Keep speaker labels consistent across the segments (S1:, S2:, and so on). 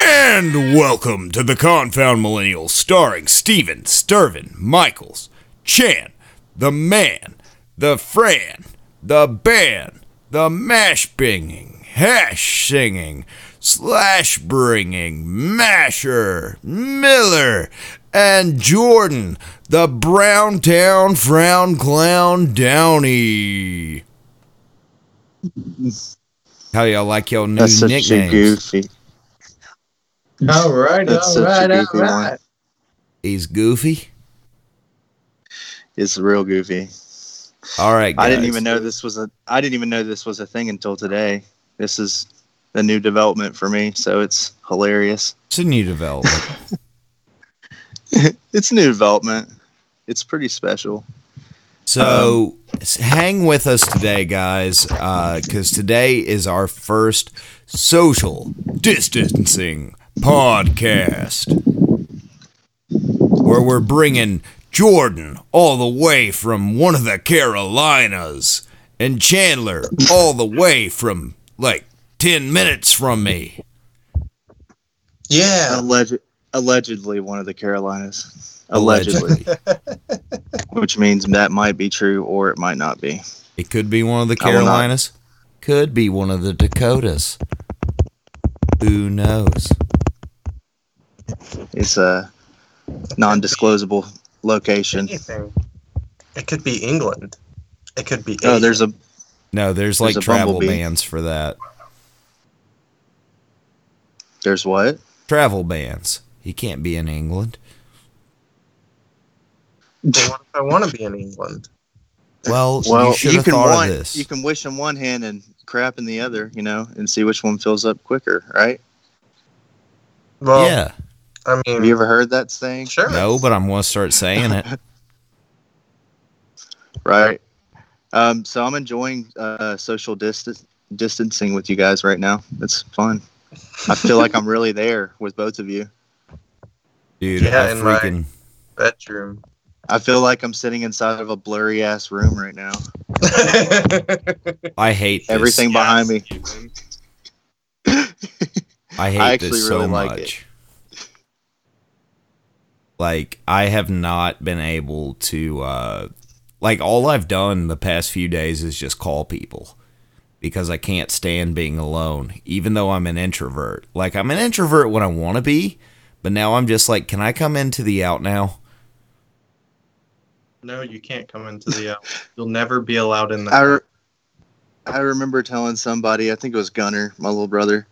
S1: And welcome to the Confound Millennials, starring Steven, Sturvin, Michaels, Chan, the man, the Fran, the ban, the mash binging, hash singing, slash bringing, masher, Miller, and Jordan, the brown town frown clown Downey. How y'all like your new
S2: That's such
S1: nicknames?
S2: a goofy.
S3: All right,
S2: That's
S3: all
S2: such a
S3: right, all
S2: goofy one.
S3: right.
S1: He's goofy.
S2: It's real goofy.
S1: All right, guys.
S2: I didn't even know this was a. I didn't even know this was a thing until today. This is a new development for me, so it's hilarious.
S1: It's a new development.
S2: It's a new development. It's pretty special.
S1: So s- hang with us today, guys, because today is our first social distancing podcast where we're bringing Jordan all the way from one of the Carolinas and Chandler all the way from like 10 minutes from me.
S3: Yeah,
S2: Alleged, allegedly, one of the Carolinas. Allegedly, which means that might be true or it might not be.
S1: It could be one of the
S2: I will not.
S1: Carolinas. Could be one of the Dakotas. Who knows?
S2: It's a non-disclosable location.
S3: anything. It could be England. It could be.
S2: Oh, there's
S3: Asia.
S2: a
S1: No, there's like
S2: There's a
S1: travel
S2: bumblebee.
S1: bans for that.
S2: there's what?
S1: Travel bans. He can't be in England.
S3: Well, what if I want to be in England?
S1: Well,
S2: Well,
S1: you should
S2: you,
S1: have
S2: can
S1: thought
S2: want,
S1: of this.
S2: you can wish in one hand and crap in the other, you know, and see which one fills up quicker, right?
S3: Well,
S1: yeah.
S3: I mean,
S2: Have you ever heard that saying?
S3: sure.
S1: No, but I'm gonna start saying it.
S2: Right. Um, so I'm enjoying uh, social distance distancing with you guys right now. It's fun. I feel like I'm really there with both of you.
S1: Dude,
S3: Yeah,
S1: I
S3: in my-
S1: freaking
S3: Bedroom.
S2: I feel like I'm sitting inside of a blurry ass room right now.
S1: I hate this.
S2: Everything behind me.
S1: I hate
S2: I actually
S1: this so
S2: really like
S1: much.
S2: it.
S1: Like I have not been able to uh like all I've done the past few days is just call people because I can't stand being alone even though I'm an introvert. Like I'm an introvert when I want to be, but now I'm just like can I come into the out now?
S3: no, you can't come into the. Uh, you'll never be allowed in the.
S2: I, re- I remember telling somebody, I think it was Gunner, my little brother.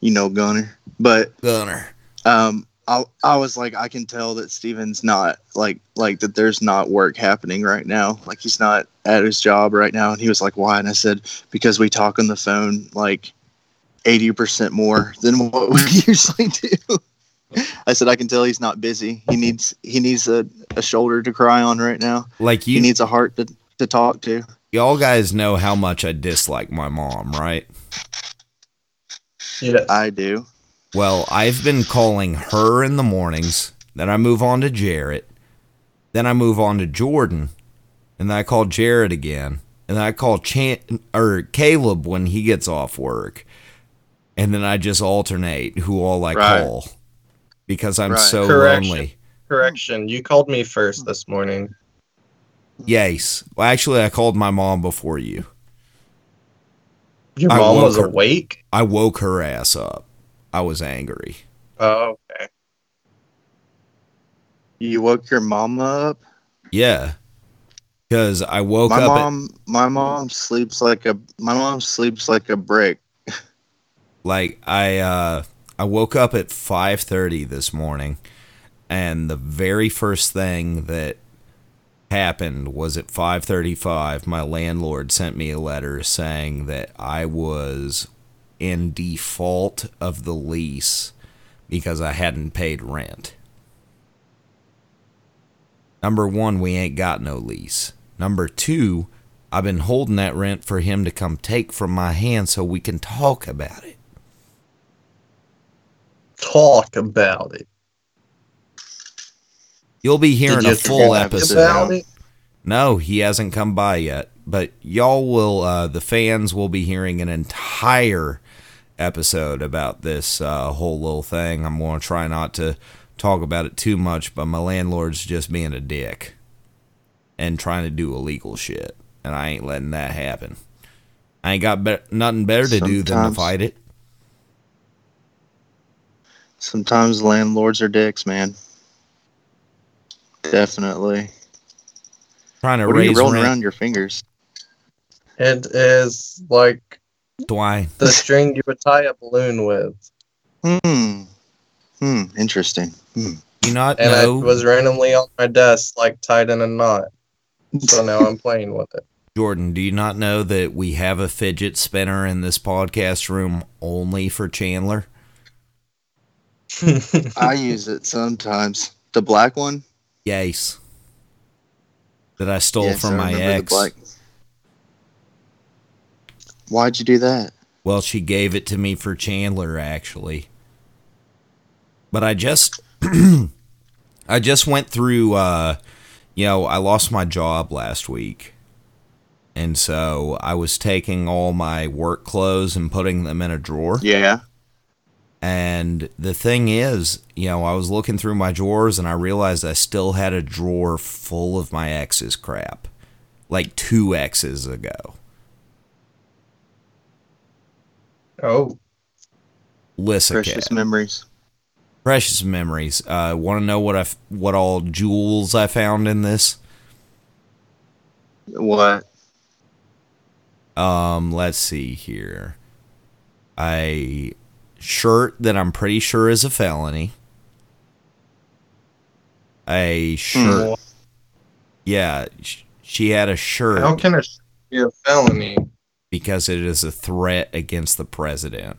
S2: You know Gunner. But
S1: Gunner.
S2: um I, I was like I can tell that Steven's not like like that there's not work happening right now like he's not at his job right now and he was like why and I said because we talk on the phone like 80% more than what we usually do I said I can tell he's not busy he needs he needs a, a shoulder to cry on right now
S1: Like
S2: he
S1: you
S2: needs a heart to, to talk to
S1: y'all guys know how much I dislike my mom, right?
S3: yeah.
S2: I do
S1: Well, I've been calling her in the mornings. Then I move on to Jarrett. Then I move on to Jordan. And then I call Jarrett again. And then I call Chan or Caleb when he gets off work. And then I just alternate who all I
S2: Right.
S1: call because I'm
S2: Right.
S1: so
S3: Correction.
S1: lonely.
S3: Correction. You called me first this morning.
S1: Yes. Well, actually, I called my mom before you.
S3: Your
S1: I
S3: mom
S1: woke
S3: was
S1: her.
S3: awake.
S1: I woke her ass up. I was angry.
S3: Oh, okay.
S2: you woke your mama up
S1: Yeah. Because I woke
S2: my
S1: up. at-
S2: mom my mom sleeps like a my mom sleeps like a brick
S1: like i uh i woke up at 5:30 this morning and the very first thing that happened was at 5:35 my landlord sent me a letter saying that i was in default of the lease because i hadn't paid rent number 1 we ain't got no lease number 2 I've been holding that rent for him to come take from my hand so we can talk about it.
S3: Talk about it.
S1: You'll be hearing
S2: you
S1: a
S2: forget
S1: full
S2: that
S1: episode.
S3: About it.
S1: No, he hasn't come by yet, but y'all will, uh, the fans will be hearing an entire episode about this uh, whole little thing. I'm going to try not to talk about it too much, but my landlord's just being a dick and trying to do illegal shit, and I ain't letting that happen. I ain't got be- nothing better to do than to
S2: Sometimes-
S1: fight it.
S2: Sometimes landlords are dicks, man. Definitely.
S1: Trying to
S2: What are you
S1: raise
S2: rolling
S1: rent,
S2: around your fingers?
S3: It is like
S1: Dwight.
S3: the string you would tie a balloon with.
S2: Hmm. Hmm. Interesting. Hmm.
S1: You not
S3: And
S1: know
S3: it was randomly on my desk, like tied in a knot. So now I'm playing with it.
S1: Jordan, do you not know that we have a fidget spinner in this podcast room only for Chandler?
S2: I use it sometimes. The black one
S1: Yes. That I stole
S2: Yes,
S1: from
S2: I
S1: my
S2: remember the
S1: ex.
S2: black- Why'd you do that?
S1: Well, she gave it to me for Chandler actually. But I just I just went through uh you know, I lost my job last week. And so I was taking all my work clothes and putting them in a drawer.
S2: Yeah.
S1: And the thing is, you know, I was looking through my drawers and I realized I still had a drawer full of my ex's crap. Like two exes ago.
S3: oh,
S1: Listen,
S2: Precious memories.
S1: precious memories. Uh, Want to know what I f- what all jewels I found in this?
S2: What?
S1: Um, let's see here. A shirt that I'm pretty sure is a felony. A shirt.
S3: well,
S1: Yeah, sh- she had a shirt.
S3: how can it be a felony?
S1: because it is a threat against the president.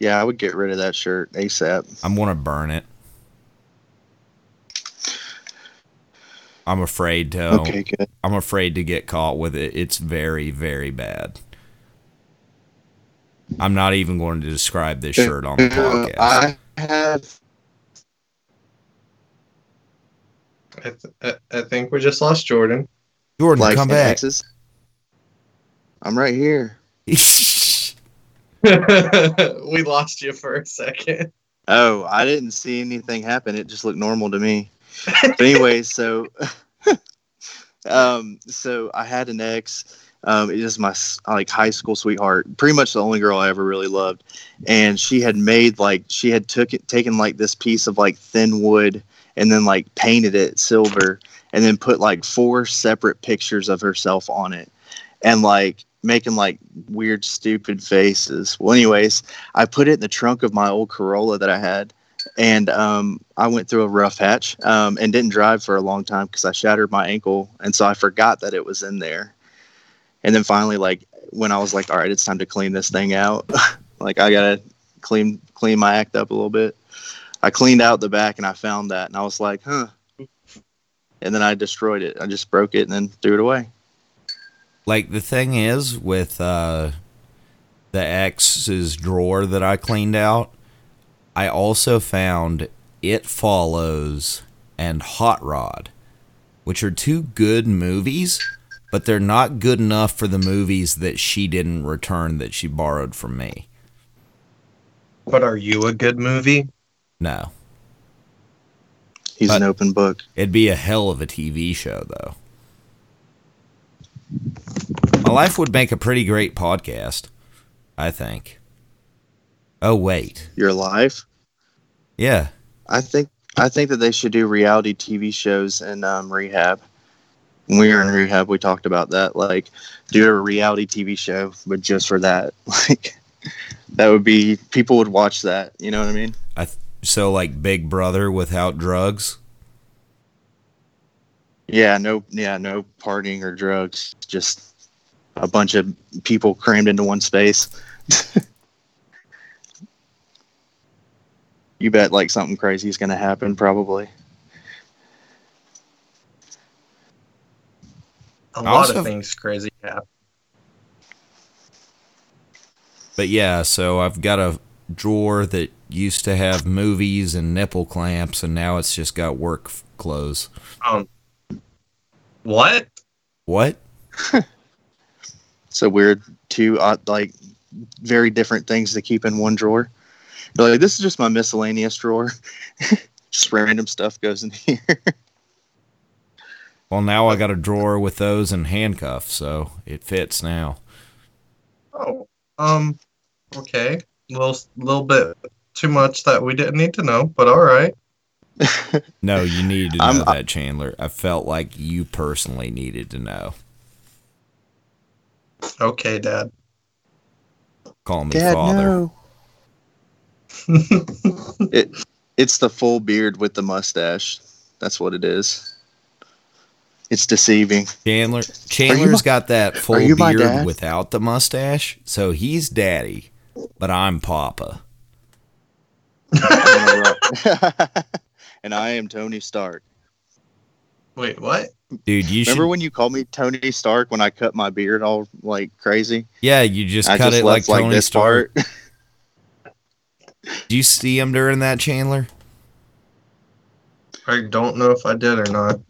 S2: Yeah, I would get rid of that shirt ASAP.
S1: I'm going to burn it. I'm afraid to.
S2: Okay, good.
S1: I'm afraid to get caught with it. It's very, very bad. I'm not even going to describe this shirt on the
S2: Uh,
S1: podcast.
S2: I have.
S3: I, th- I- I think we just lost Jordan.
S1: Jordan,
S2: Like
S1: come back.
S2: X's. I'm right here.
S3: we lost you for a second.
S2: Oh, I didn't see anything happen. It just looked normal to me. But anyway, so um, so I had an ex. Um, it is my s- like high school sweetheart, pretty much the only girl I ever really loved, and she had made like she had took it taken like this piece of like thin wood and then like painted it silver and then put like four separate pictures of herself on it and like making like weird stupid faces. Well, anyways, I put it in the trunk of my old Corolla that I had, and um, I went through a rough hatch um, and didn't drive for a long time because I shattered my ankle, and so I forgot that it was in there. And then finally, like when I was like, "All right, it's time to clean this thing out," like I gotta clean clean my act up a little bit. I cleaned out the back and I found that, and I was like, "Huh." And then I destroyed it. I just broke it and then threw it away.
S1: like the thing is with uh the ex's drawer that I cleaned out, I also found It Follows and Hot Rod, which are two good movies, but they're not good enough for the movies that she didn't return that she borrowed from me.
S3: But are you a good movie?
S1: No.
S2: He's
S1: But-
S2: an open book.
S1: It'd be a hell of a TV show, though. My life would make a pretty great podcast, I think. Oh, wait.
S2: Your life.
S1: Yeah.
S2: I think I think that they should do reality TV shows in um, rehab. When we were in rehab, we talked about that. Like, do a reality TV show, but just for that. Like, that would be people would watch that. You know what I mean?
S1: So, like, Big Brother without drugs?
S2: Yeah. No. Yeah. No partying or drugs. Just a bunch of people crammed into one space. you bet, like something crazy is going to happen, probably.
S3: A lot
S1: Also-
S3: of things crazy happen.
S1: But yeah, so I've got a drawer that used to have movies and nipple clamps, and now it's just got work f- clothes.
S3: Um, what?
S1: What?
S2: It's a weird two uh, like very different things to keep in one drawer. You're like this is just my miscellaneous drawer. just random stuff goes in here.
S1: Well, now I got a drawer with those and handcuffs, so it fits now.
S3: Oh, um, okay. Little, little bit too much that we didn't need to know, but all right.
S1: No, you needed to know
S2: I'm-
S1: that, Chandler. I felt like you personally needed to know.
S3: Okay, Dad.
S1: Call me father.
S2: It's the full beard with the mustache. That's what it is. It's deceiving.
S1: Chandler Chandler's
S2: my-
S1: got that full
S2: are you my
S1: beard
S2: dad?
S1: without the mustache, so he's daddy, but I'm papa.
S2: and I am Tony Stark.
S3: Wait, what?
S1: Dude, you
S2: Remember
S1: should
S2: when you called me Tony Stark when I cut my beard all like crazy?
S1: Yeah, you just
S2: I
S1: cut
S2: just
S1: it like
S2: left
S1: Tony
S2: like this
S1: Stark.
S2: part.
S1: Do you see him during that Chandler?
S3: I don't know if I did or not.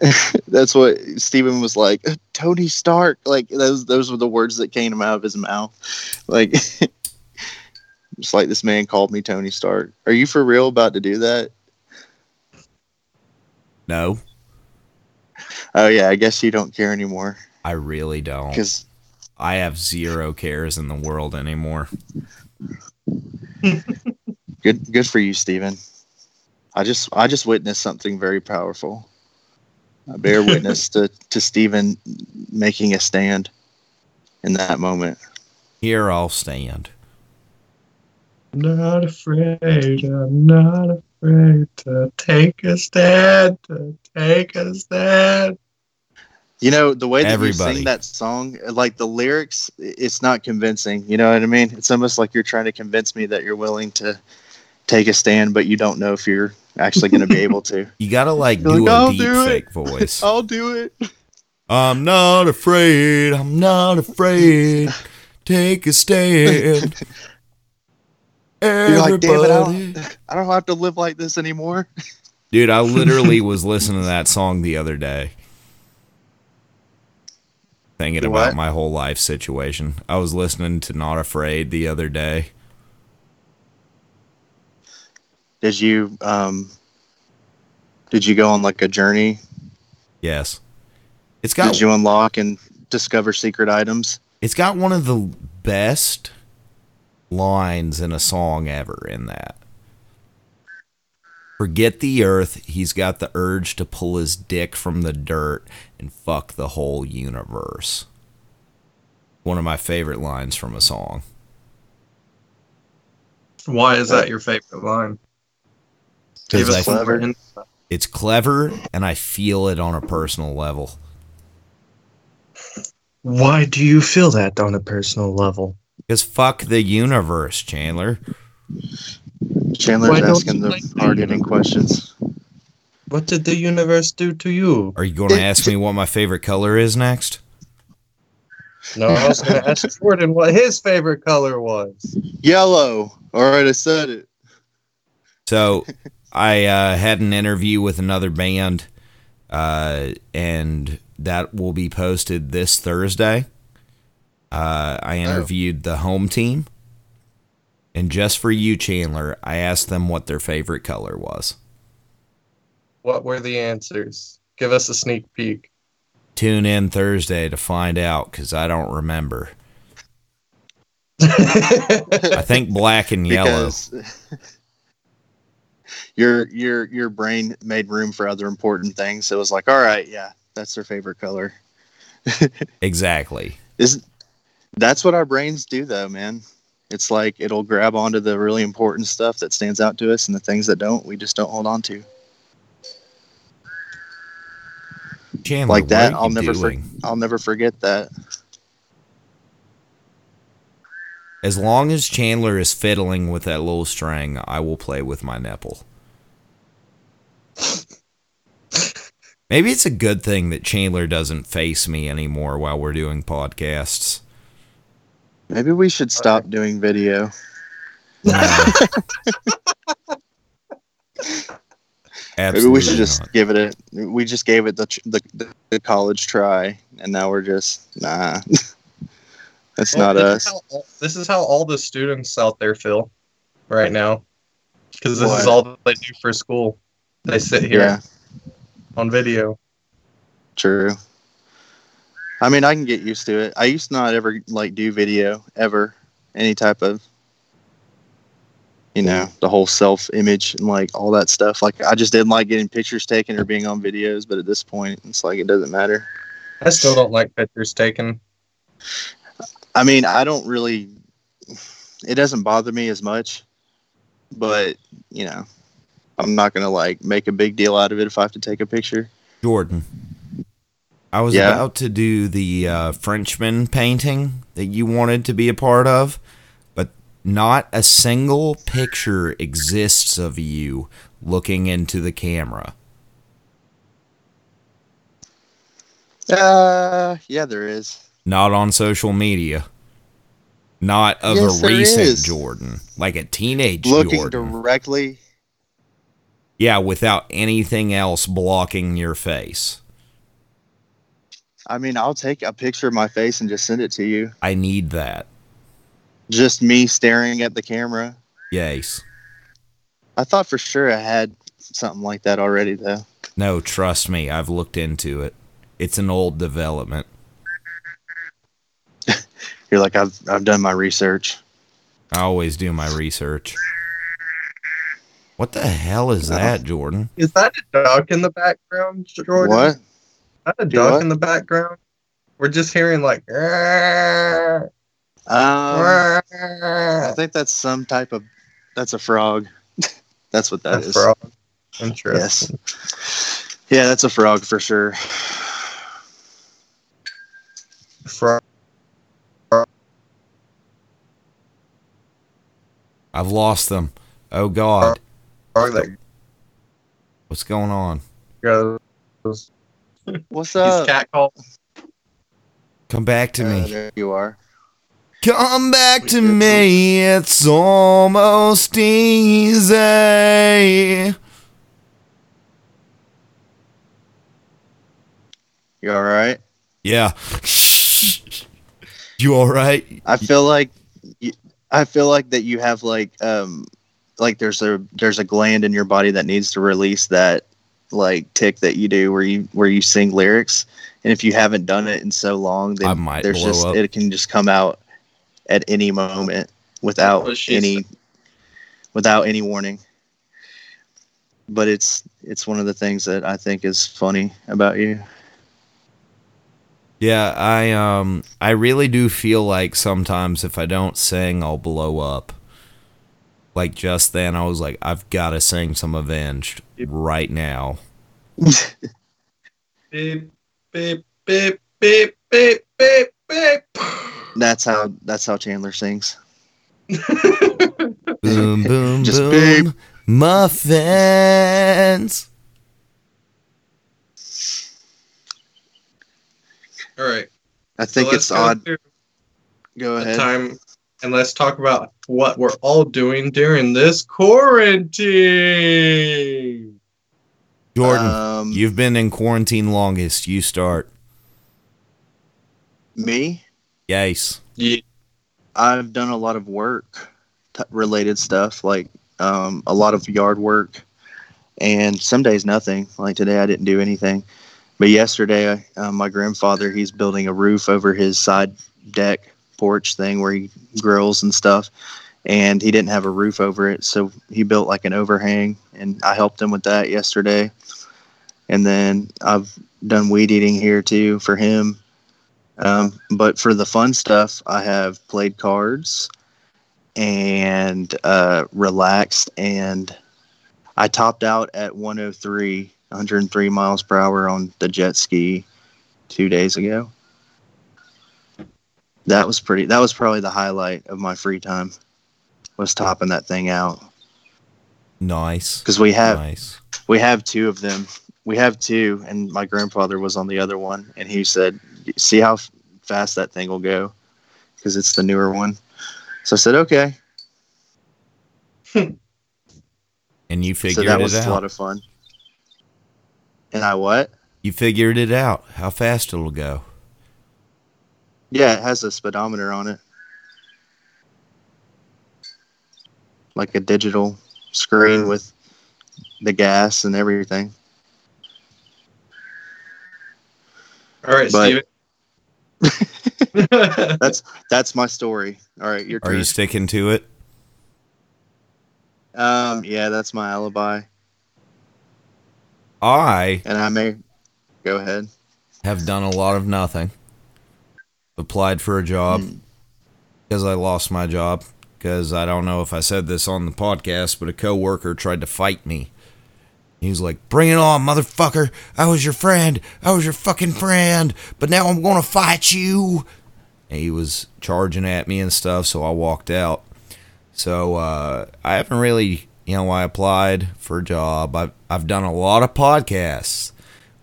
S2: That's what Steven was like. Tony Stark. Like those those were the words that came out of his mouth. Like just like this man called me Tony Stark. Are you for real about to do that?
S1: No,
S2: Oh yeah, I guess you don't care anymore
S1: I really don't.
S2: because
S1: I have zero cares in the world anymore.
S2: Good, good for you, Steven. I just, I just witnessed something very powerful. I bear witness to to Steven making a stand in that moment.
S1: Here I'll stand.
S3: Not afraid. I'm not afraid to take a stand. To take a stand.
S2: You know the way that you
S1: Everybody.
S2: sing that song, like the lyrics, i- it's not convincing. You know what I mean? It's almost like you're trying to convince me that you're willing to take a stand, but you don't know if you're actually going to be able to.
S1: You gotta like
S2: You're
S1: do
S2: like,
S1: a
S2: "I'll
S1: deep
S2: do it." Oh.
S1: fake voice.
S2: I'll do it.
S1: I'm not afraid. I'm not afraid. Take a stand.
S2: You're like, "Damn it, I don't-
S1: Everybody."
S2: I don't have to live like this anymore.
S1: Dude, I literally was listening to that song the other day. Thinking
S3: You
S1: about
S3: what?
S1: my whole life situation. I was listening to Not Afraid the other day.
S2: did you um did you go on like a journey
S1: Yes. It's got
S2: did you unlock and discover secret items
S1: it's got one of the best lines in a song ever in that. Forget the earth, he's got the urge to pull his dick from the dirt and fuck the whole universe. One of my favorite lines from a song.
S3: Why is that your favorite line? Give
S1: Because I
S3: us some
S2: clever.
S3: in-
S1: It's clever, and I feel it on a personal level.
S3: Why do you feel that on a personal level?
S1: Because fuck the universe, Chandler.
S2: chandler's
S3: Why don't
S2: asking
S3: you
S2: the
S3: like me?
S2: hard-hitting questions
S3: What did the universe do to you?
S1: Are you going to ask me what my favorite color is next?
S3: No, I was going to ask Jordan what his favorite color was.
S2: yellow all right i said it
S1: So, I uh, had an interview with another band, uh, and that will be posted this Thursday. Uh, I interviewed the home team, and just for you, Chandler, I asked them what their favorite color was.
S3: What were the answers? Give us a sneak peek.
S1: Tune in Thursday to find out, because I don't remember. I think black and yellow.
S2: because your your your brain made room for other important things it was like all right yeah that's their favorite color
S1: Exactly.
S2: is that's what our brains do though man it's like it'll grab onto the really important stuff that stands out to us and the things that don't we just don't hold on to
S1: Chandler,
S2: like that
S1: what are
S2: i'll
S1: you
S2: never for-
S1: doing?
S2: i'll never forget that
S1: as long as Chandler is fiddling with that little string, I will play with my nipple. Maybe it's a good thing that Chandler doesn't face me anymore while we're doing podcasts.
S2: maybe we should stop doing video
S1: No.
S2: maybe
S1: Absolutely
S2: we should just
S1: not.
S2: give it a we just gave it the, tr- the the college try and now we're just nah That's
S3: Well,
S2: not us.
S3: this Is how, this is how all the students out there feel right now, because this is
S2: What?
S3: all they do for school. They sit here
S2: Yeah,
S3: on video.
S2: true. I mean, I can get used to it. I used to not ever like do video ever, any type of, you know, the whole self image and like all that stuff. Like I just didn't like getting pictures taken or being on videos. But at this point, it's like it doesn't matter.
S3: I still don't like pictures taken.
S2: I mean, I don't really. It doesn't bother me as much, but you know, I'm not gonna like make a big deal out of it if I have to take a picture.
S1: Jordan. I was
S2: Yeah?
S1: about to do the uh, Frenchman painting that you wanted to be a part of, but not a single picture exists of you looking into the camera.
S2: Uh, yeah, there is.
S1: Not on social media. Not of
S2: Yes,
S1: a
S2: there
S1: recent
S2: is.
S1: Jordan, like a teenage
S2: Looking
S1: Jordan.
S2: directly.
S1: yeah, without anything else blocking your face.
S2: I mean, I'll take a picture of my face and just send it to you.
S1: I need that.
S2: Just me staring at the camera.
S1: Yes.
S2: I thought for sure I had something like that already, though.
S1: No, trust me, I've looked into it. It's an old development.
S2: You're like, I've I've done my research.
S1: I always do my research. What the hell is
S2: Oh.
S1: that, Jordan?
S3: Is that a duck in the background, Jordan?
S2: What?
S3: Is that a
S2: Do
S3: duck
S2: what?
S3: in the background? We're just hearing like. "Rrrr,
S2: Um, I
S3: rrrr."
S2: think that's some type of. That's a frog. that's what that
S3: That's
S2: is.
S3: frog. Interesting.
S2: Yes. Yeah, that's a frog for sure.
S3: Frog.
S1: I've lost them. Oh God,
S3: frog that
S1: what's going on?
S3: goes.
S2: What's
S3: He's
S2: up?
S3: cat call.
S1: Come back to
S2: Uh,
S1: me.
S2: there you are.
S1: Come back to me. It's almost easy.
S2: You all right?
S1: Yeah. You all right?
S2: I feel like you, I feel like that you have like um like there's a there's a gland in your body that needs to release that like tick that you do where you where you sing lyrics and if you haven't done it in so long then
S1: I might
S2: there's
S1: blow
S2: just
S1: up.
S2: it can just come out at any moment without
S3: What she
S2: any without any warning but it's it's one of the things that I think is funny about you
S1: Yeah, I um, I really do feel like sometimes if I don't sing, I'll blow up. Like just then, I was like, I've got to sing some "Avenged" right now.
S3: Beep, beep, beep, beep, beep, beep, beep.
S2: that's how that's how Chandler sings
S1: Boom, boom,
S2: Just
S1: boom, muffins.
S3: All right.
S2: I think
S3: so let's
S2: it's
S3: go
S2: odd
S3: through
S2: go
S3: the
S2: ahead
S3: time and let's talk about what we're all doing during this quarantine.
S1: Jordan,
S2: um,
S1: you've been in quarantine longest. You start.
S2: Me?
S1: Yes.
S3: Yeah.
S2: I've done a lot of work t- related stuff, like um, a lot of yard work, and some days nothing. Like today, I didn't do anything. But yesterday, I, uh, my grandfather he's building a roof over his side deck porch thing where he grills and stuff, and he didn't have a roof over it, so he built like an overhang, and I helped him with that yesterday. And then I've done weed eating here too for him. Um, but for the fun stuff, I have played cards and uh, relaxed, and I topped out at 103, 103 miles per hour on the jet ski two days ago. That was pretty. That was probably the highlight of my free time was topping that thing out
S1: Nice.
S2: because we have
S1: Nice.
S2: we have two of them. We have two, and my grandfather was on the other one, and he said, "See how f- fast that thing will go, because it's the newer one." So I said, "Okay."
S1: And you figured
S2: so that
S1: it
S2: was
S1: out.
S2: a lot of fun. And I what?
S1: you figured it out. How fast it'll go.
S2: Yeah, it has a speedometer on it. Like a digital
S1: Mm.
S2: screen with the gas and everything.
S3: All right,
S2: But-
S3: Steven.
S2: That's my story. All right, your
S1: Are
S2: turn.
S1: you sticking to it?
S2: um, yeah, that's my alibi.
S1: I
S2: And I may go ahead.
S1: have done a lot of nothing. Applied for a job
S2: Mm.
S1: because I lost my job. Because I don't know if I said this on the podcast, but a coworker tried to fight me. He's like, "Bring it on, motherfucker! I was your friend. I was your fucking friend. But now I'm gonna fight you." And he was charging at me and stuff, so I walked out. So uh, I haven't really, you know, I applied for a job. I've I've done a lot of podcasts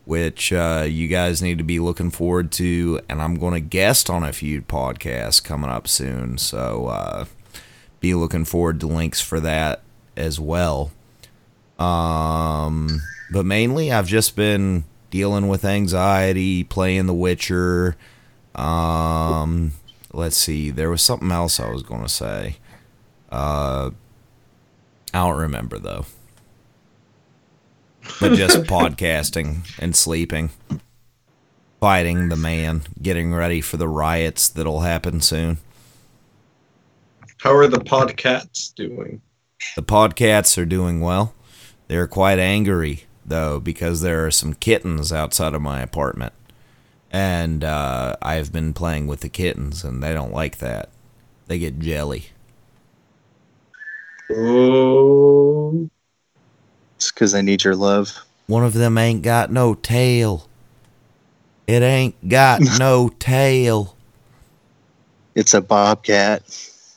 S1: which uh, you guys need to be looking forward to. And I'm going to guest on a few podcasts coming up soon. So uh, be looking forward to links for that as well. Um, but mainly, I've just been dealing with anxiety, playing The Witcher. Um, let's see, there was something else I was going to say. Uh, I don't remember though but just podcasting and sleeping, fighting the man, getting ready for the riots that'll happen soon.
S3: How are the podcasts doing?
S1: The podcats are doing well. They're quite angry though because there are some kittens outside of my apartment, and uh, I've been playing with the kittens, and they don't like that. They get jelly.
S3: Oh,
S2: It's because I need your love.
S1: One of them ain't got no tail. It ain't got no tail.
S2: It's a bobcat.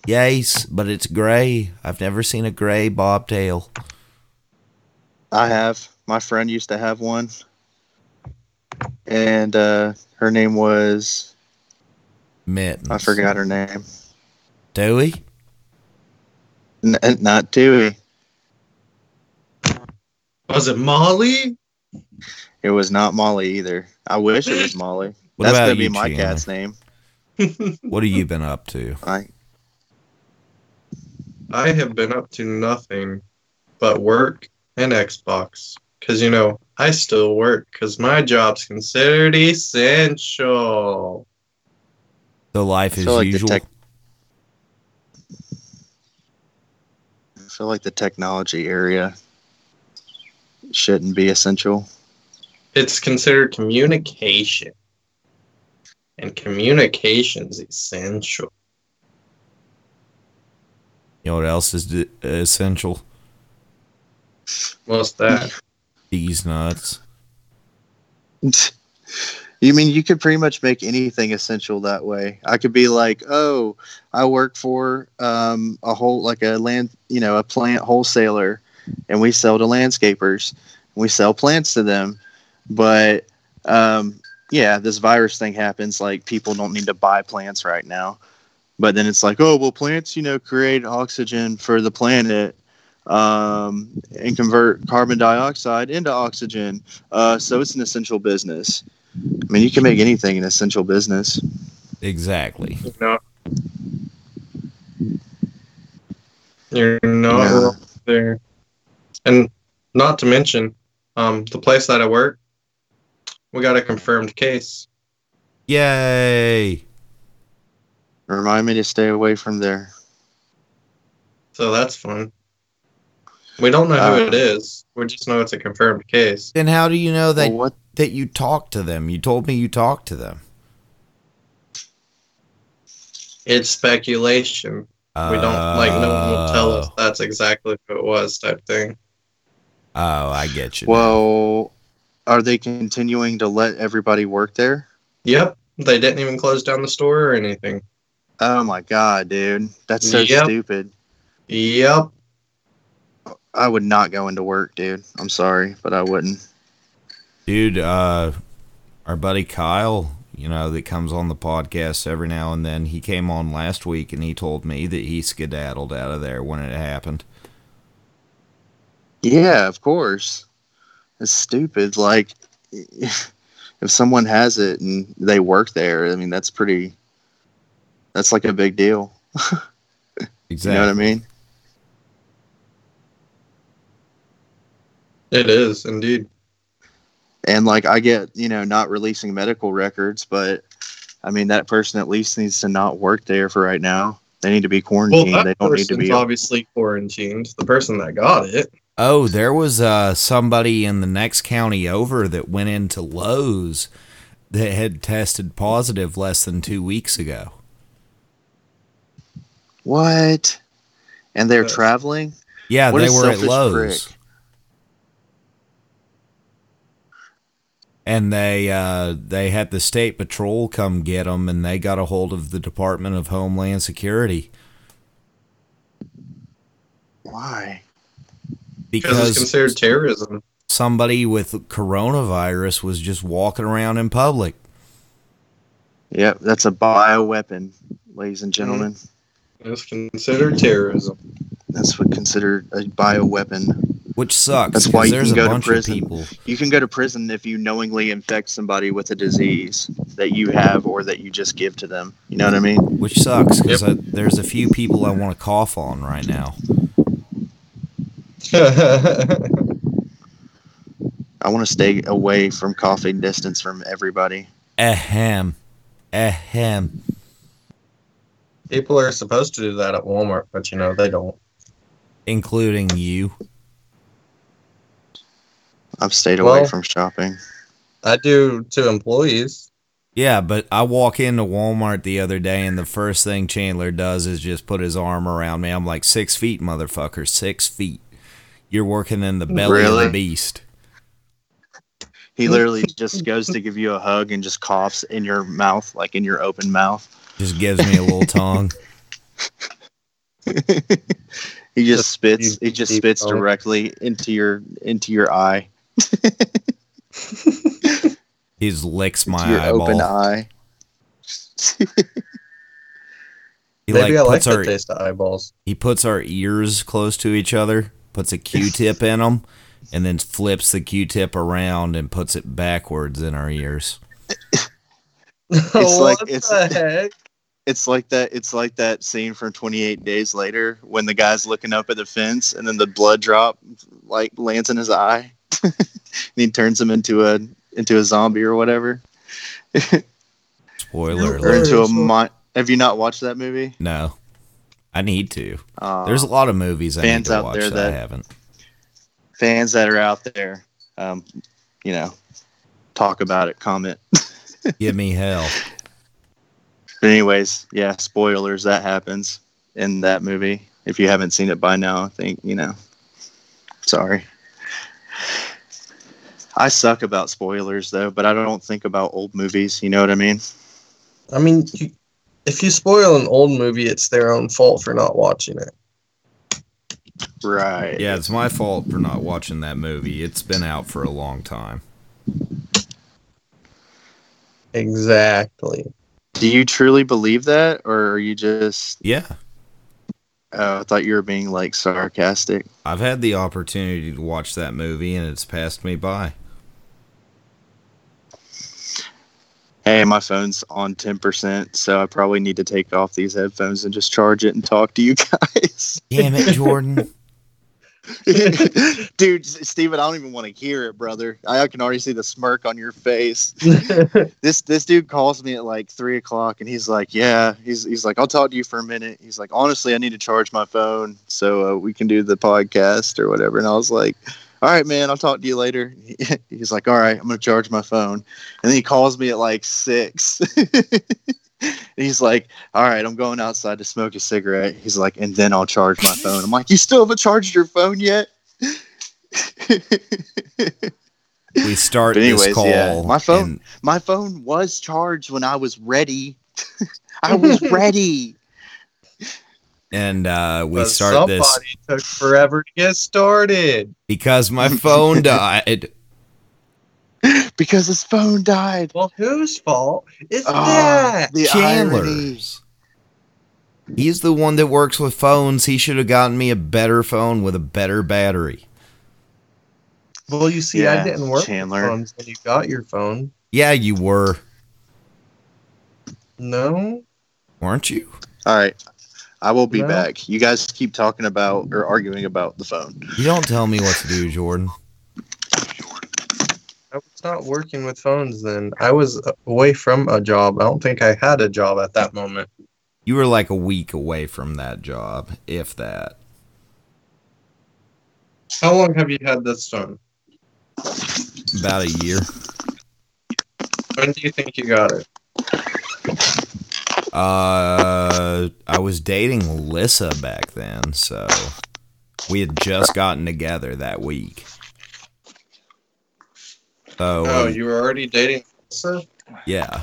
S1: Yes, but it's gray. I've never seen a gray bobtail.
S2: I have. My friend used to have one, and uh, her name was
S1: mittens.
S2: I forgot her name.
S1: Do we?
S2: N- not Dewey.
S3: was it Molly?
S2: It was not Molly either. I wish it was Molly.
S1: What
S2: That's
S1: about
S2: gonna be
S1: you,
S2: my
S1: Chandler?
S2: cat's name.
S1: What have you been up to?
S2: I
S3: I have been up to nothing but work and Xbox. Because, you know, I still work because my job's considered essential.
S1: The life
S2: I
S1: as
S2: feel like the
S1: usual.
S2: tech- feel like the technology area shouldn't be essential.
S3: It's considered communication. And communication's essential.
S1: you know what else is d- essential?
S3: What's that?
S1: These nuts.
S2: you mean you could pretty much make anything essential that way? I could be like, oh, I work for um, a whole like a land, you know, a plant wholesaler, and we sell to landscapers. We sell plants to them, but um, yeah, this virus thing happens. Like people don't need to buy plants right now. But then it's like, oh well, plants, you know, create oxygen for the planet um, and convert carbon dioxide into oxygen. Uh, so it's an essential business. I mean, you can make anything an essential business.
S1: Exactly.
S3: You're not, you're not
S2: Yeah.
S3: wrong there. And not to mention, um, the place that I work, we got a confirmed case.
S1: Yay!
S2: Remind me to stay away from there.
S3: So that's fun. We don't know who
S2: Uh,
S3: it is. We just know it's a confirmed case.
S1: Then how do you know that
S2: Well, what?
S1: that you talked to them? You told me you talked to them.
S3: It's speculation. We don't like no one will tell us
S1: Oh.
S3: that's exactly who it was type thing.
S1: Oh, I get you. now.
S2: Well, are they continuing to let everybody work there?
S3: Yep. They didn't even close down the store or anything.
S2: Oh my god, dude, that's so
S3: Yep.
S2: stupid.
S3: Yep.
S2: I would not go into work, dude. I'm sorry, but I wouldn't.
S1: dude uh our buddy kyle you know that comes on the podcast every now and then he came on last week and he told me that he skedaddled out of there when it happened
S2: Yeah, of course. It's stupid. Like, if someone has it and they work there, I mean, that's pretty That's like a big deal. You
S1: Exactly.
S2: know what I mean?
S3: It is indeed.
S2: And like I get, you know, not releasing medical records, but I mean that person at least needs to not work there for right now. They need to be
S3: Well,
S2: quarantined.
S3: that
S2: they don't need to
S3: person's
S2: be
S3: obviously quarantined. The person that got it.
S1: Oh, there was uh, somebody in the next county over that went into Lowe's that had tested positive less than two weeks ago.
S2: what? And they're
S3: Uh,
S2: traveling.
S1: Yeah,
S2: What
S1: they
S2: a
S1: were at
S2: selfish
S1: Lowe's.
S2: prick.
S1: And they uh, they had the state patrol come get them, and they got a hold of the Department of Homeland Security
S2: Why?
S3: Because it's
S1: because
S3: considered terrorism.
S1: somebody with coronavirus was just walking around in public.
S2: Yep, that's a bioweapon, ladies and gentlemen.
S3: Mm-hmm. It's considered terrorism.
S2: That's what considered a bioweapon.
S1: Which sucks.
S2: That's why
S1: 'cause
S2: you
S1: there's
S2: can
S1: a
S2: go to
S1: bunch
S2: prison.
S1: of people.
S2: You can go to prison if you knowingly infect somebody with a disease that you have or that you just give to them. You know what I mean?
S1: Which sucks because there's a few people I want to cough on right now.
S2: I want to stay away from coughing distance from everybody.
S1: Ahem. Ahem.
S3: People are supposed to do that at Walmart, but you know they don't.
S1: Including you.
S2: I've stayed away
S3: Well-
S2: from shopping.
S3: I do to employees.
S1: Yeah, but I walk into Walmart the other day and the first thing Chandler does is just put his arm around me. I'm like, six feet, motherfucker, six feet. You're working in the belly of
S2: Really?
S1: the beast.
S2: He literally just goes to give you a hug and just coughs in your mouth, like in your open mouth.
S1: Just gives me a little tongue.
S2: He just spits. He just
S3: deep
S2: spits
S3: throat.
S2: directly into your into your eye,
S1: He just licks my
S2: to your open
S1: eyeball.
S2: eye.
S1: He
S3: Maybe
S1: like
S3: I like
S1: puts
S3: the
S1: our
S3: taste of eyeballs.
S1: he puts our ears close to each other, puts a Q-tip in them, and then flips the Q-tip around and puts it backwards in our ears.
S3: It's
S2: like- it's-
S3: the heck?
S2: It's like that. It's like that scene from Twenty Eight Days Later when the guy's looking up at the fence and then the blood drop like lands in his eye, and he turns him into a into a zombie or whatever,
S1: Spoiler
S2: or
S1: alert.
S3: Alert.
S2: into a mon. Have you not watched that movie?
S1: No. I need to.
S2: Uh,
S1: There's a lot of movies I
S2: fans
S1: need to
S2: out
S1: watch
S2: there
S1: that, I
S2: that-
S1: haven't.
S2: fans that are out there. Um, you know, talk about it, comment.
S1: Give me hell.
S2: But anyways, yeah, spoilers that happens in that movie. If you haven't seen it by now, I think you know. Sorry. I suck about spoilers though, but I don't think about old movies. You know what I mean?
S3: I mean, you, if you spoil an old movie, it's their own fault for not watching it.
S2: Right.
S1: Yeah, it's my fault for not watching that movie. It's been out for a long time.
S3: Exactly.
S2: Do you truly believe that, or are you just?
S1: Yeah.
S2: Oh, I thought you were being like sarcastic.
S1: I've had the opportunity to watch that movie and it's passed me by.
S2: Hey, my phone's on ten percent, so I probably need to take off these headphones and just charge it and talk to you guys.
S1: Damn it, Jordan.
S2: Dude, S- Steven, I don't even want to hear it, brother. I can already see the smirk on your face. This this dude calls me at like three o'clock and he's like, Yeah, he's he's like, I'll talk to you for a minute. He's like, honestly, I need to charge my phone so uh, we can do the podcast or whatever. And I was like, All right, man, I'll talk to you later. He's like, All right, I'm gonna charge my phone. And then he calls me at like six. And He's like, all right, I'm going outside to smoke a cigarette. He's like, and then I'll charge my phone. I'm like, you still haven't charged your phone yet?
S1: We start
S2: But
S1: this
S2: anyways,
S1: call.
S2: yeah, my phone-
S1: and-
S2: my phone was charged when I was ready. I was ready.
S1: And, uh, we
S3: But
S1: start
S3: somebody
S1: this
S3: took forever to get started.
S1: because my phone died.
S2: Because his phone died.
S3: Well, whose fault is
S2: Ah,
S3: that?
S2: the irony.
S1: Chandler's. He's the one that works with phones. He should have gotten me a better phone with a better battery.
S3: Well, you see,
S2: Yeah,
S3: I didn't work
S2: Chandler.
S3: with phones when you got your phone.
S1: Yeah, you were.
S3: No,
S1: Aren't you?
S2: All right. I will be
S3: No.
S2: back. You guys keep talking about or arguing about the phone.
S1: You don't tell me what to do, Jordan.
S3: I was not working with phones then. I was away from a job. I don't think I had a job at that moment.
S1: You were like a week away from that job, if that.
S3: How long have you had this phone?
S1: About a year.
S3: When do you think you got it?
S1: Uh, I was dating Lissa back then, so we had just gotten together that week. So um,
S3: Oh, you were already dating Lisa?
S1: yeah,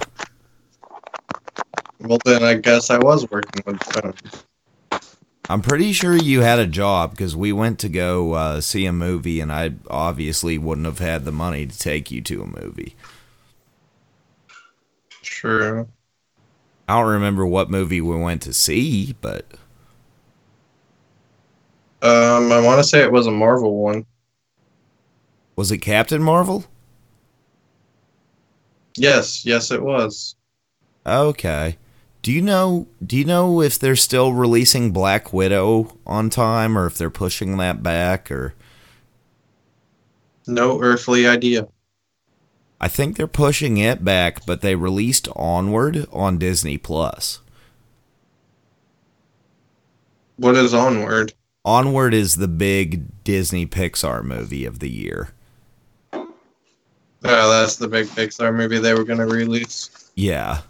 S3: Well, then I guess I was working with phones.
S1: I'm pretty sure you had a job because we went to go uh, see a movie, and I obviously wouldn't have had the money to take you to a movie.
S3: True.
S1: I don't remember what movie we went to see, but
S3: Um, I want to say it was a Marvel one.
S1: was it Captain Marvel?
S3: Yes, yes, it was.
S1: Okay. Do you know do you know if they're still releasing Black Widow on time or if they're pushing that back or
S3: No earthly idea.
S1: I think they're pushing it back, but they released Onward on Disney Plus.
S3: What is onward?
S1: Onward is the big Disney Pixar movie of the year.
S3: Oh, that's the big Pixar movie they were going to release.
S1: Yeah.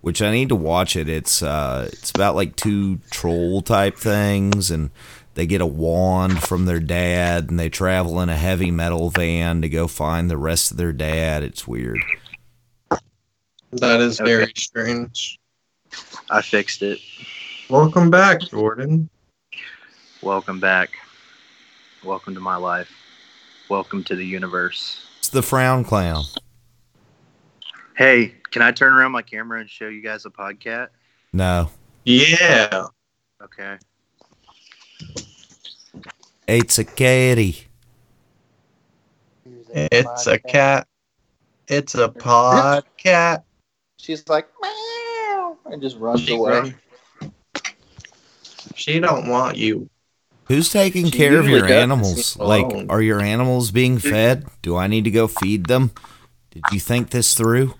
S1: Which I need to watch it. It's uh it's about like two troll type things and they get a wand from their dad and they travel in a heavy metal van to go find the rest of their dad. It's weird.
S3: That is
S2: Okay.
S3: very strange.
S2: I fixed it.
S3: Welcome back, Jordan.
S2: Welcome back. Welcome to my life. Welcome to the universe.
S1: It's the frown clown.
S2: Hey, can I turn around my camera and show you guys a podcast?
S1: No.
S3: Yeah.
S2: Okay.
S1: It's a kitty.
S3: It's a cat. It's a pod cat.
S4: She's like meow and just runs
S3: She,
S4: away.
S3: she don't want you.
S1: Who's taking
S4: She
S1: care of
S4: usually
S1: your
S4: does.
S1: animals?
S3: Oh.
S1: Like, are your animals being fed? Do I need to go feed them? Did you think this through?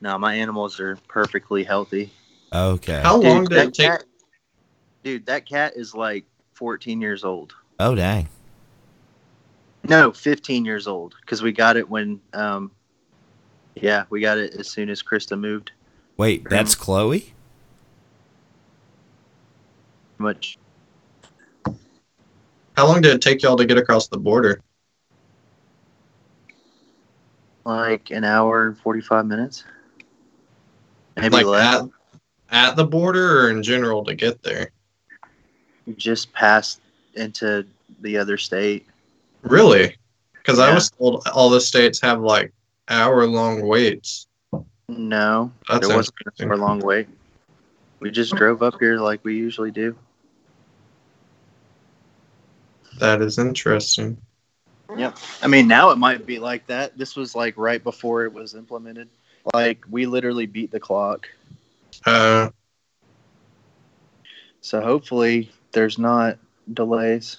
S2: No, my animals are perfectly healthy.
S1: Okay.
S3: How long did it
S2: that
S3: take?
S2: cat, dude, that cat is like 14 years old.
S1: Oh dang.
S2: No, 15 years old because we got it when, um, yeah, we got it as soon as Krista moved.
S1: Wait, that's Chloe?
S2: Much.
S3: How long did it take y'all to get across the border?
S2: like an hour and 45 minutes maybe
S3: Like
S2: less
S3: at, at the border or in general to get there?
S2: just passed into the other state
S3: Really? Because I
S2: Yeah.
S3: was told all the states have like hour long waits.
S2: no
S3: That
S2: there
S3: sounds
S2: wasn't a super long wait we just drove up here like we usually do
S3: That is interesting.
S2: i mean now it might be like that this was like right before it was implemented like we literally beat the clock
S3: Uh,
S2: so hopefully there's not delays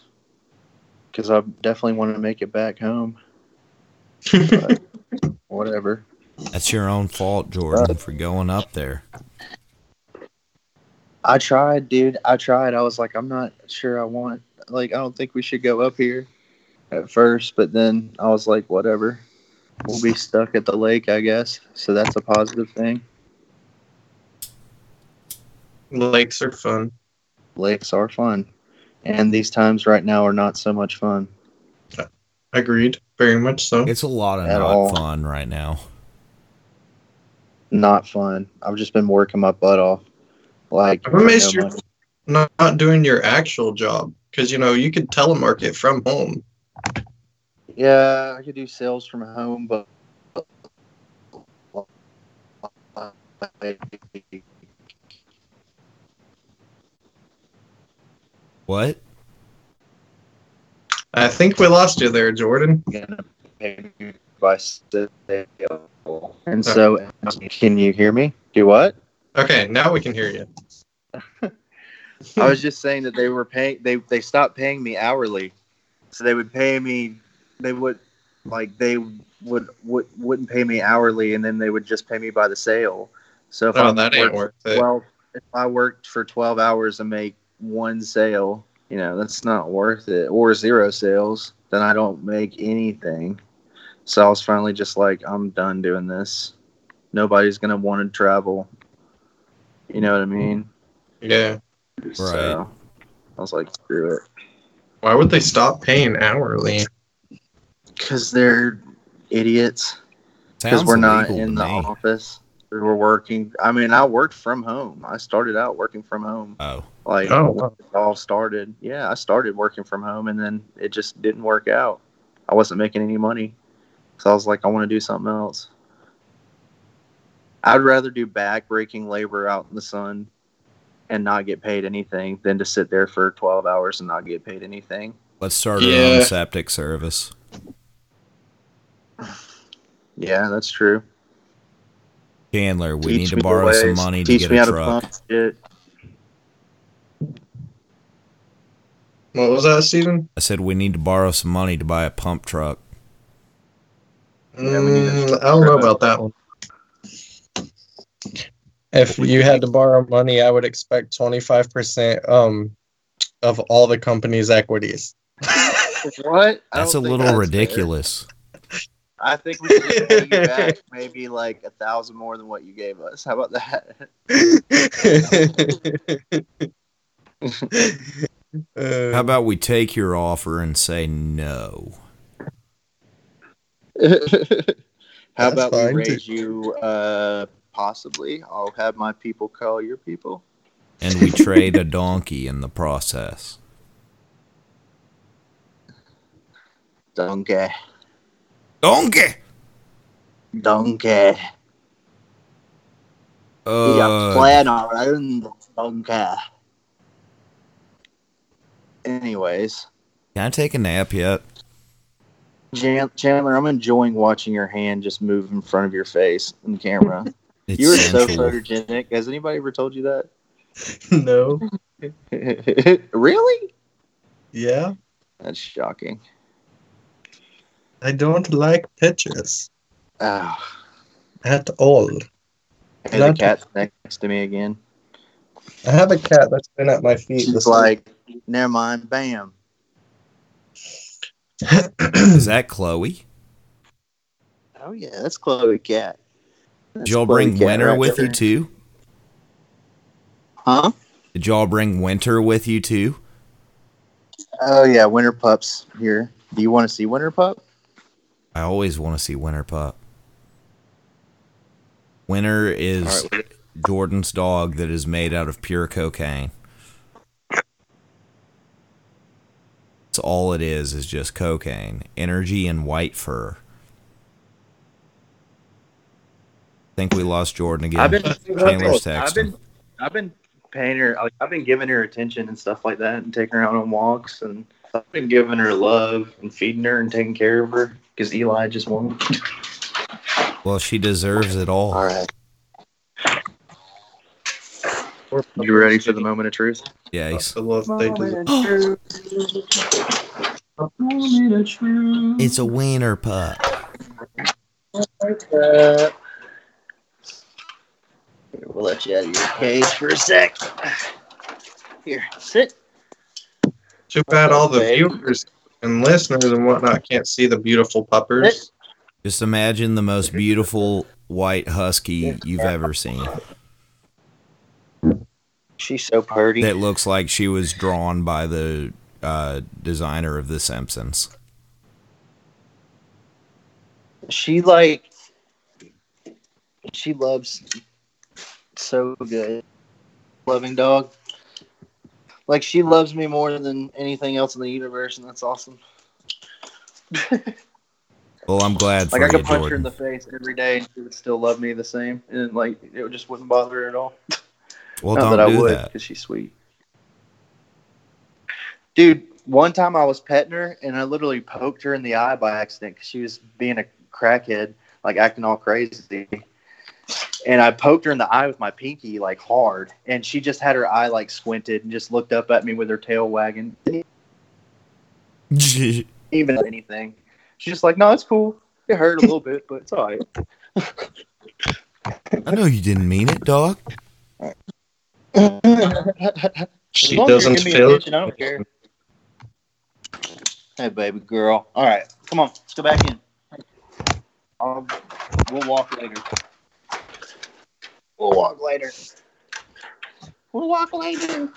S2: because i definitely want to make it back home but whatever
S1: That's your own fault, Jordan, for going up there.
S2: I tried, dude. I tried. I was like, I'm not sure I want. Like, I don't think we should go up here at first. But then I was like, whatever. We'll be stuck at the lake, I guess. So that's a positive thing.
S3: lakes are fun.
S2: Lakes are fun, and these times right now are not so much fun.
S3: Agreed. Very much so.
S1: It's a lot of
S2: At
S1: not
S2: all.
S1: fun right now.
S2: Not fun. I've just been working my butt off. Like,
S3: What
S2: no
S3: makes you
S2: money.
S3: not, not doing your actual job? Because you know you could telemarket from home.
S2: yeah, I could do sales from home, but.
S1: What?
S3: I think we lost you there, Jordan.
S2: gonna pay you by sale.
S5: And so, can you hear me? Do what?
S3: Okay, now we can hear you.
S2: I was just saying that they were paying they they stopped paying me hourly, so they would pay me. They would like they would, would wouldn't pay me hourly, and then they would just pay me by the sale. So if
S3: Oh,
S2: I
S3: that ain't
S2: worked
S3: worth it.
S2: twelve, if I worked for twelve hours and make one sale, you know that's not worth it. Or zero sales, then I don't make anything. So I was finally just like, I'm done doing this. Nobody's gonna want to travel. You know what I mean?
S3: Yeah.
S1: Right.
S2: So I was like, screw it.
S3: Why would they stop paying hourly?
S2: Because they're idiots. Because
S1: Sounds
S2: we're not
S1: illegal
S2: in
S1: to
S2: the
S1: me.
S2: office. We were working. I mean, I worked from home. I started out working from home.
S1: Oh,
S2: Like,
S3: Oh.
S2: when it all started. Yeah, I started working from home and then it just didn't work out. I wasn't making any money. So I was like, I want to do something else. I'd rather do backbreaking labor out in the sun and not get paid anything than to sit there for 12 hours and not get paid anything.
S1: let's start our
S3: Yeah.
S1: own septic service.
S2: Yeah, that's true.
S1: Chandler, we
S2: Teach
S1: need to
S2: me the
S1: borrow some
S2: ways.
S1: money
S2: Teach
S1: to
S2: me
S1: get
S2: how
S1: a truck.
S2: pump shit.
S3: What was that, Steven?
S1: I said we need to borrow some money to buy a pump truck.
S2: Yeah, we need to-
S3: Mm, I don't know about that one. If you had to borrow money, I would expect 25% um, of all the company's equities.
S2: What? I
S1: That's a
S2: don't think
S1: little
S2: that's
S1: ridiculous.
S2: fair. I think we should just pay you back maybe like a thousand more than what you gave us. How about that?
S1: How about we take your offer and say no?
S2: How
S3: That's
S2: about we
S3: fine, too.
S2: raise you uh possibly? I'll have my people call your people.
S1: And we trade a donkey in the process.
S2: Donkey.
S1: Donkey!
S2: Donkey. we are
S1: Uh,
S2: playing our own donkey. Anyways.
S1: can I take a nap yet?
S2: Jan- Chandler, I'm enjoying watching your hand just move in front of your face in the camera.
S1: It's
S2: you are so
S1: sensual.
S2: photogenic. Has anybody ever told you
S3: no.
S2: that? really?
S3: Yeah.
S2: That's shocking.
S3: I don't like pictures
S2: Oh.
S3: at all.
S2: Hey, the
S3: Not-
S2: cat's next to me again.
S3: I have a cat that's been at my feet.
S2: She's like, never mind. Bam.
S1: Is that Chloe?
S2: Oh, yeah, that's Chloe Cat. That's
S1: Did y'all
S2: Chloe
S1: bring
S2: Cat
S1: winter
S2: right
S1: with you
S2: there.
S1: too?
S2: Huh?
S1: Did y'all bring winter with you too?
S2: Oh, yeah, Winter Pup's here. Do you want to see Winter Pup?
S1: I always want to see Winter Pup. Winter is Jordan's dog that is made out of pure cocaine. It's all it is is just cocaine, energy, and white fur. Think we lost Jordan again.
S2: I've been,
S1: Chandler's
S2: I've
S1: texting.
S2: been, I've been paying her, like, I've been giving her attention and stuff like that, and taking her out on walks, and I've been giving her love and feeding her and taking care of her because Eli just won't.
S1: well, she deserves it all.
S2: right. You ready for the moment of truth?
S1: Yeah, he's-
S3: I love they do.
S1: it's a winter pup.
S2: We'll let you out of your cage for a sec. Here, sit.
S3: Too bad all the viewers and listeners and whatnot can't see the beautiful puppers.
S1: Just imagine the most beautiful white husky you've ever seen.
S2: She's so purty.
S1: that looks like she was drawn by the uh, designer of The Simpsons.
S2: she like she loves so good loving dog like she loves me more than anything else in the universe and that's awesome
S1: Well, I'm glad for
S2: like i
S1: you,
S2: could punch her
S1: Jordan.
S2: in the face every day and she would still love me the same and like it just wouldn't bother her at all
S1: well,
S2: Not
S1: don't
S2: that I
S1: do
S2: would,
S1: that.
S2: because she's sweet. Dude, one time I was petting her and I literally poked her in the eye by accident because she was being a crackhead. like acting all crazy. And I poked her in the eye with my pinky, like hard, and she just had her eye like squinted and just looked up at me with her tail wagging. Didn't even do anything. She's just like, "No, it's cool. It hurt a little bit, but it's all right."
S1: I know you didn't mean it, dog.
S3: She doesn't feel.
S2: I don't care. Hey, baby girl. All right, come on, let's go back in. I'll, we'll walk later. We'll walk later. We'll walk later.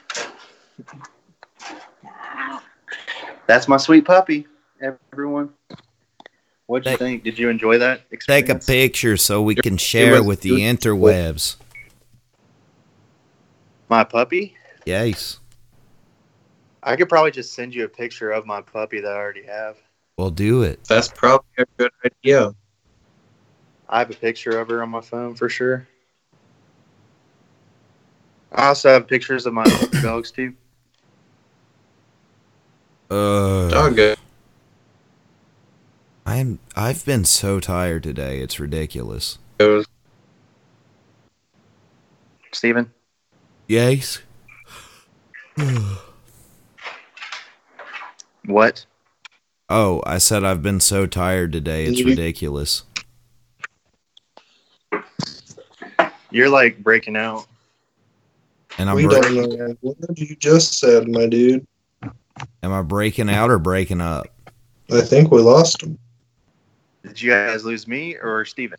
S2: That's my sweet puppy, everyone. What'd you
S1: Take-
S2: think? Did you enjoy that experience?
S1: Take a picture so we can
S3: It
S1: share
S3: was
S1: with the interwebs.
S2: My puppy?
S1: Yes.
S2: I could probably just send you a picture of my puppy that I already have.
S1: Well, do it.
S3: That's probably a good idea.
S2: I have a picture of her on my phone for sure. I also have pictures of my other dogs too.
S1: Uh,
S3: Dog.
S1: I'm. I've been so tired today. It's ridiculous.
S3: goes.
S2: Steven,
S1: Yes.
S2: what?
S1: Oh, I said I've been so tired today. It's ridiculous.
S2: You're like breaking out.
S1: And I'm. Bre-
S3: know what you just said, my dude.
S1: am I breaking out or breaking up?
S3: I think we lost him.
S2: Did you guys lose me or Steven?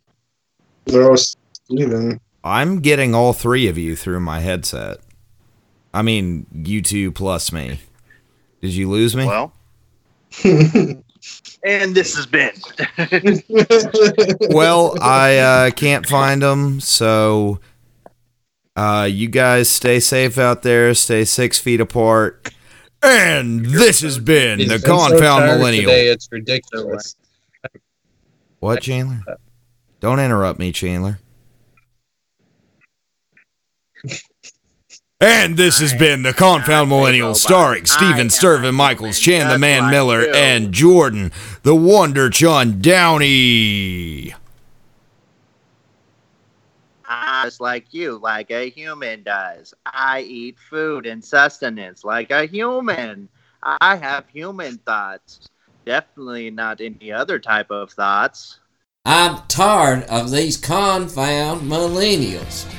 S3: No, Steven.
S1: I'm getting all three of you through my headset. I mean, you two plus me. Did you lose me?
S2: Well, and this has been.
S1: Well, I uh, can't find them, so uh, you guys stay safe out there. Stay six feet apart. And this has been the confound millennial.
S3: Today, it's ridiculous.
S1: What, Chandler? Don't interrupt me, Chandler. And this has been the Confound Millennial, starring Steven Sturvin Michaels, Chan the Man Miller, and Jordan the Wonder Chun Downey.
S2: Just like you, like a human does. I eat food and sustenance like a human. I have human thoughts. Definitely not any other type of thoughts.
S6: I'm tired of these confound millennials.